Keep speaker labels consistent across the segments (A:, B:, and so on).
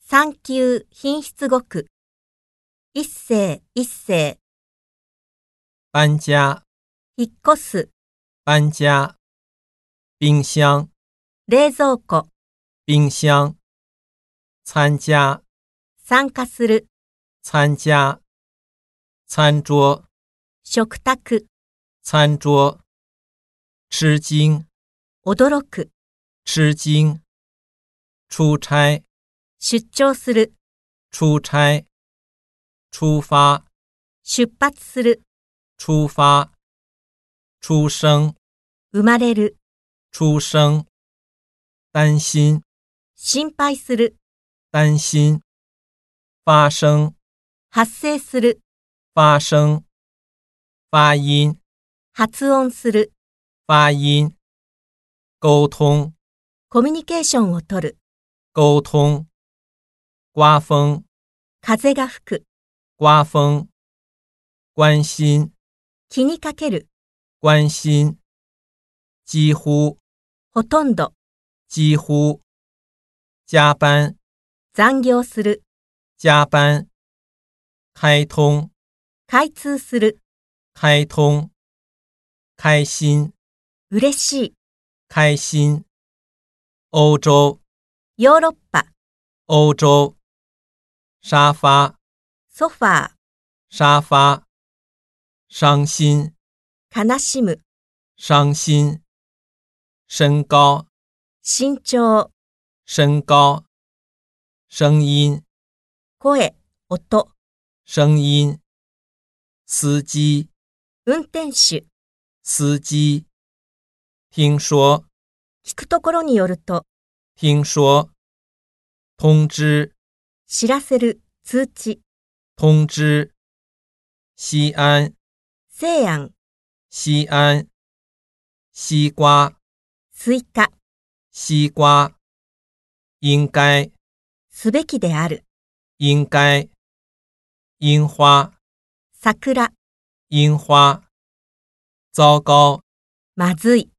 A: 産休、品質語句。一世、一世、
B: 搬家，
A: 引っ越す、
B: 搬家。冰箱，
A: 冷蔵庫、
B: 冰箱。参加，
A: 参加する、
B: 参加。餐桌，
A: 食卓、
B: 餐桌。吃惊，
A: 驚く、
B: 吃惊。出差，
A: 出張する、
B: 出差。出发，
A: 出発する、
B: 出发。出生，
A: 生まれる、
B: 出生。担心，
A: 心配する、
B: 担心。发生，
A: 発生する、
B: 发生。发音，
A: 発音する、
B: 发音。沟通，
A: コミュニケーションをとる、
B: 沟通。刮风，
A: 風が吹く、
B: 刮风。关心，
A: 気にかける、
B: 关心。几乎，
A: ほとんど、
B: 几乎。加班，
A: 残業する、
B: 加班。开通，
A: 開通する、
B: 开通。开心，
A: 嬉しい、
B: 开心。欧洲，
A: ヨーロッパ、
B: 欧洲。沙发，
A: ソファ
B: 沙发。伤心，
A: ー、悲しむ、
B: 伤心。身高，
A: 身長、
B: 身高。声音，
A: 声、音、
B: 声音。司机，
A: 運転手、
B: 司机。听说，
A: 聞くところによると、
B: 听说。通知，
A: 知らせる、通知、
B: 通知。西安，
A: 西安、
B: 西安。西瓜，
A: スイカ、
B: 西瓜。应该，
A: すべきである、
B: 应该。樱花，
A: 桜、
B: 樱花。糟糕，
A: まずい、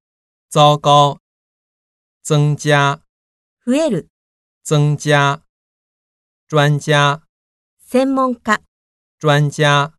B: 糟糕。增加，
A: 増える、
B: 增加。专家，
A: 専門家。
B: 专家。